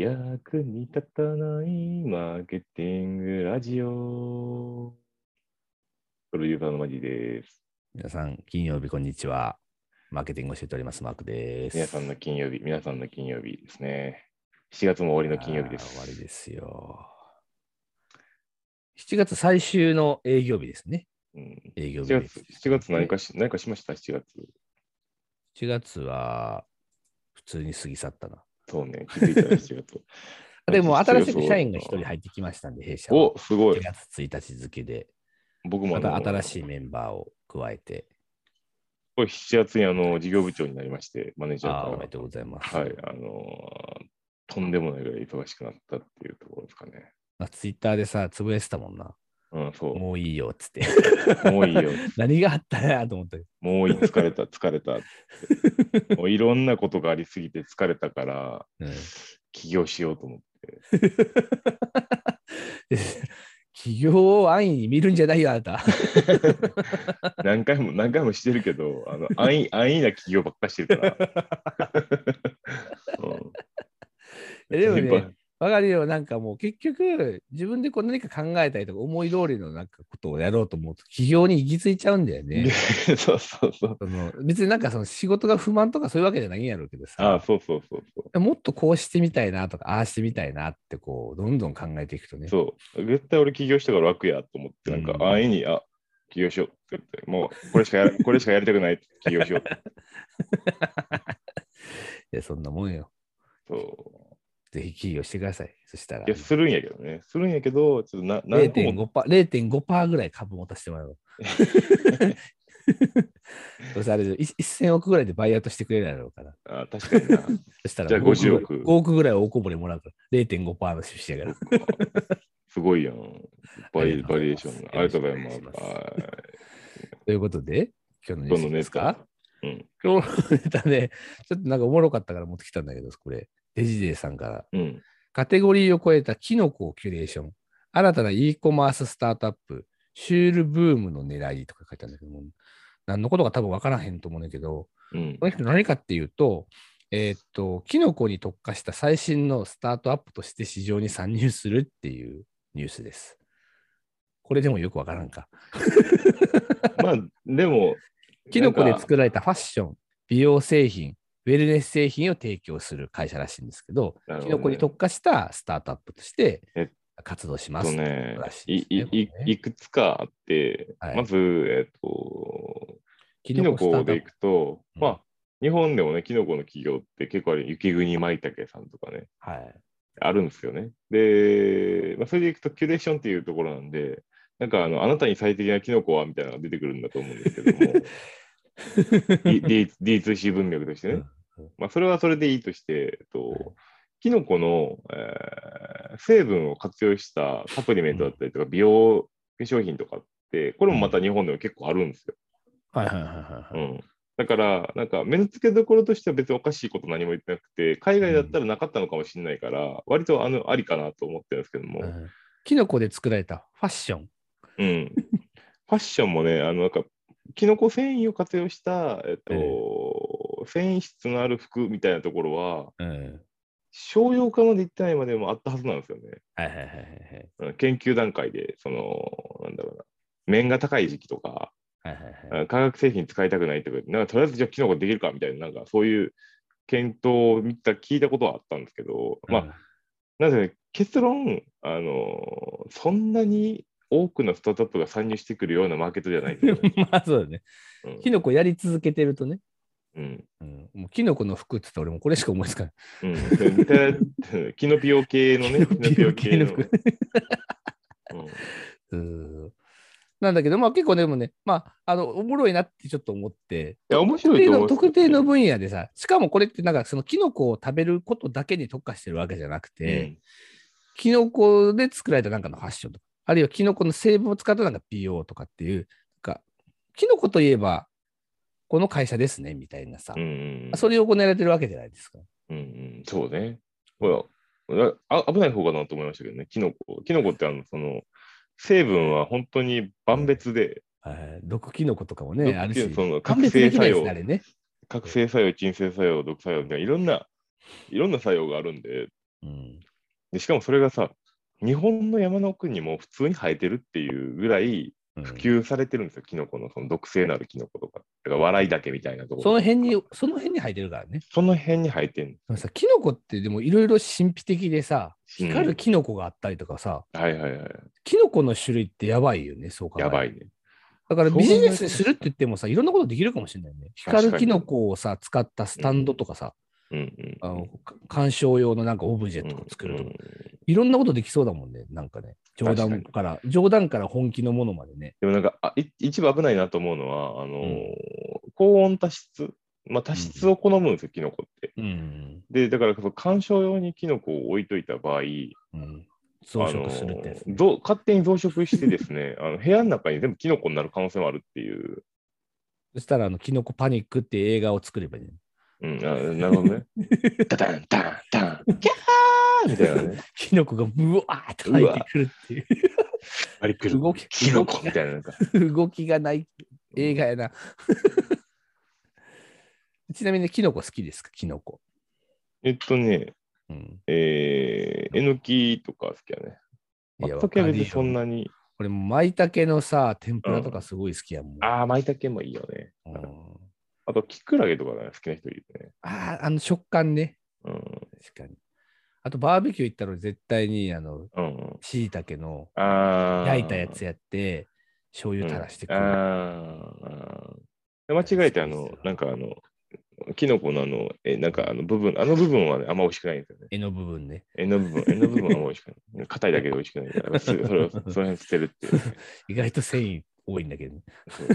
役に立たないマーケティングラジオ。プロデューサーのマジです。皆さん、金曜日、こんにちは。マーケティングを教えております、マークです。皆さんの金曜日、皆さんの金曜日ですね。7月も終わりの金曜日です。あー終わりですよ。7月最終の営業日ですね。うん営業日7です月、7月何かし、何かしました ?7 月。 7月は、普通に過ぎ去ったな。そうね、気づいたら7月。 あでも、新しく社員が1人入ってきましたんで、弊社は。お、すごい7。月1日付で、僕もまあのた新しいメンバーを加えて、これ7月にあの事業部長になりまして、マネージャーあかーら。おめでとうございます。はい、あのーとんでもないぐらい忙しくなったっていうところですかね。まあ、ツイッターでさ、つぶやいてたもんな。うん、そう。もういいよ、っつって。 もういいよ。 何があったなと思って。もういい疲れた、疲れたって。もういろんなことがありすぎて疲れたから、うん起業しようと思って。で企業を安易に見るんじゃないよ、あなた。 何回も何回もしてるけど、あ の安易安易な起業ばっかしてるから。 うんでもやっぱね、わかるよ、なんかもう結局、自分でこう何か考えたりとか、思い通りのなんかことをやろうと思うと、企業に行き着いちゃうんだよね。で そうそうそう。その別になんかその仕事が不満とかそういうわけじゃないんやろうけどあさ、そうそうそうそう。もっとこうしてみたいなとか、ああしてみたいなって、こう、どんどん考えていくとね。そう。絶対俺起業したから楽やと思って、なんうんか安易に、あ起業しようって言って、もうこれしかやこれしかやりたくない起業しようっ て。いや、そんなもんよ。そぜひ企業してください。そしたらう。いや、するんやけどね。するんやけど、ちょっとな何個も 0.5%, パー0.5%ぐらい株持たせてもら う。 どうせあれでい1000億ぐらいでバイアウトしてくれるだろうから。あ確かにな。 そしたらじゃあ5 50億ぐらい5億ぐらい大こぼれもらうから。0.5%の出資やから。そっかすごいやん。バリバリエーションが。あありりがとがとうござうございまいますす。はということで、今日いどのニュんどースんでですすかかうん。今日のネタね、ちょっとなんかおもろかったから持ってきたんだけど、これ。デジデイさんから。うん。カテゴリーを超えたキノコをキュレーション。新たな e コマーススタートアップ。シュールブームの狙いとか書いてあるんだけども、何のことか多分分からへんと思うねんだけど、うんこ。の人何かっていうと、えーっと、キノコに特化した最新のスタートアップとして市場に参入するっていうニュースです。これでもよくわからんか。まあ、でも、キノコでる。作られたファッション、美容製品、ウェルネス製品を提供する会社らしいんですけど、なるほどねキノコに特化したスタートアップとしてえ活動しあますとってねいうことらしいいですね。いいこれねいくつかあって、はいまず、えっ、と、キキノコでいスくと、うんまあ、日本でもね、キノコの企業って結構あれ、雪国舞茸さんとかね、タートアップはい。あるんですよね。で、まあ、それでいくと、キュレーションっていうところなんで、なんかあの、あなたに最適なキノコはみたいなのが出てくるんだと思うんですけども、D- D- D2C 文脈としてね。まあ、それはそれでいいとして、えっとはいキノコの、えー成分を活用したサプリメントだったりとか、美容化粧品とかって、これもまた日本でも結構あるんですよ。はいはいはいはういはい。ん、だから、なんか目の付けどころとしては別におかしいこと何も言ってなくて、海外だったらなかったのかもしれないから、割とあのありかなと思ってるんですけども、うんキノコで作られたファッション。うん、ファッションもね、あのなんかキノコ繊維を活用した、えっとえ繊維質のある服みたいなところは、うん商用化まで行ってないまでもあったはずなんですよね。はいはいはいはいはい。うん研究段階で、その、なんだろうな、面が高い時期とか、はいはいあはい。の化学製品使いたくないとか、なんかとりあえずじゃあキノコできるかみたいな、なんかそういう検討を見た、聞いたことはあったんですけど、まあ、なぜ結論、あの、そんなに多くのスタートアップが参入してくるようなマーケットじゃないとう思 ん、 まあそうだね。う。キノコやり続けてるとね、うんうんうん、もうキノコの服って言ったら俺もこれしか思いつかない。うんで キノピオ系のね、キノピオ系のキノピオ系のうん うんなんだけど、まあ結構でもね、まあ、あの、おもろいなってちょっと思って。いや面白いと思う特定の特定の分野でさ、しかもこれってなんかそのキノコを食べることだけに特化してるわけじゃなくて、キノコで作られたなんかのファッションとか、あるいはキノコの成分を使ったなんか PO とかっていう、なんか、キノコといえば、この会社ですね、みたいなさ、うんうんうんそれを行われてるわけじゃないですか。うんうん、そうね。ほら、あ危ない方かなと思いましたけどね、キノコ。キノコってあの、その、成分は本当に万別で、はい毒キノコとかもね、毒あるキノしコその、判別できないです覚醒作用ね、あれね。覚醒作用、鎮静作用、毒作用みたいな、いろんな、いろんな作用があるんで、うん。でしかもそれがさ、日本の山の奥にも普通に生えてるっていうぐらいうん普及されてるんですよ、キノコのその毒性のあるキノコとか。だから笑いだけみたいなところ。その辺に、その辺に生えてるからね。その辺に生えてるでもさ、キノコってでもいろいろ神秘的でさ、光るキノコがあったりとかさ、はいはいはい。キノコの種類ってやばいよね、そう考えるやとばいね。だからそう考ビえるとジネスにするって言ってもさ、いろんなことできるかもしれないね。確かに光るキノコをさ、使ったスタンドとかさ、うんうあん。のか鑑賞用のなんかオブジェとか作るとか、いろんなことできそうだもんね、なんかね。冗談から、冗談から本気のものまでね。でもなんかあい一部危ないなと思うのは、あのーうん高温多湿、まあ、多湿を好むんですよ、キノコって。うん。で、だからその観賞用にキノコを置いといた場合、うん、増殖するってやつ、あのねーぞ勝手に増殖してですね あの、部屋の中に全部キノコになる可能性もあるっていう。そしたら、あの、キノコパニックって映画を作ればいい、ね。うん、あなるほど ね。ダダン、ダン、ダン、キャーみたいなね。キノコがブワーって入ってくるっていう。あれ来動きキノコみたいななんか。動きがない映画やな。 ちなみにキノコ好きですかキノコ。えっとね、うん。えー、えのきとか好きやね。いや松茸は別にそんわかるよなに。俺も舞茸のさ、天ぷらとかすごい好きやもん。ああ、舞茸もいいよね。うんあと、キクラゲとかね、好きな人いるね。あーあの食感ね。うん。確かに。あとバーベキュー行ったら絶対にあうの、んうん。しいたけのああ。焼いたやつやって、醤油垂らしてくうんる。あーあー。間違えて、あの、なんかあの、キノコのあの、え、なんかあの部分、あの部分は、ね、あんま美味しくないんですよね。柄の部分ね。えの部分、えの部分はあんま美味しくない。硬いだけで美味しくない から、すそれを、その辺捨てるっていう。意外と繊維多いんだけどね。そう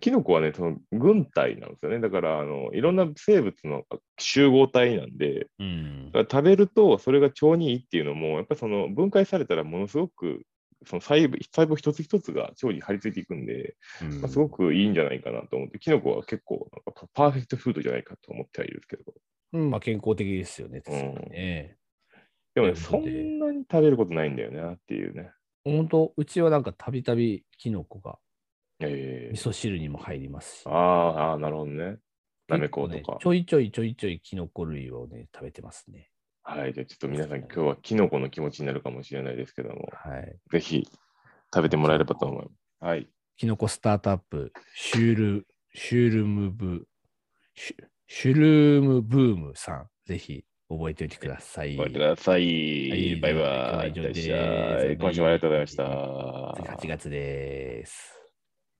キノコはね、その軍隊なんですよね。だから、あの、いろんな生物の集合体なんで、うんだから食べるとそれが腸にいいっていうのもやっぱりその分解されたらものすごくその細部細胞一つ一つが腸に張り付いていくんで、まあ、すごくいいんじゃないかなと思って、キノコは結構なんかパーフェクトフードじゃないかと思ってはいるんですけどうん、まあ健康的ですよね。確かにね。でもねなるそほどねんなに食べることないんだよなっていうね本当うちはなんかたびたびキノコがえ味噌汁にも入りますし。ー、あーあーなるほどねなめこうと結構か、ねちょいちょいちょいちょいキノコ類をね、食べてますね。はいじゃあちょっと皆さん今日はキノコの気持ちになるかもしれないですけどもはい。ぜひ食べてもらえればと思いますはいキノコスタートアップ、シュール、シュールムブ、シュシュルームブームさん、ぜひ覚えておいてください。ご覧ください。はいバイバイ。今日は以上いですってらっしゃい今週もありがとうございました。次8月です。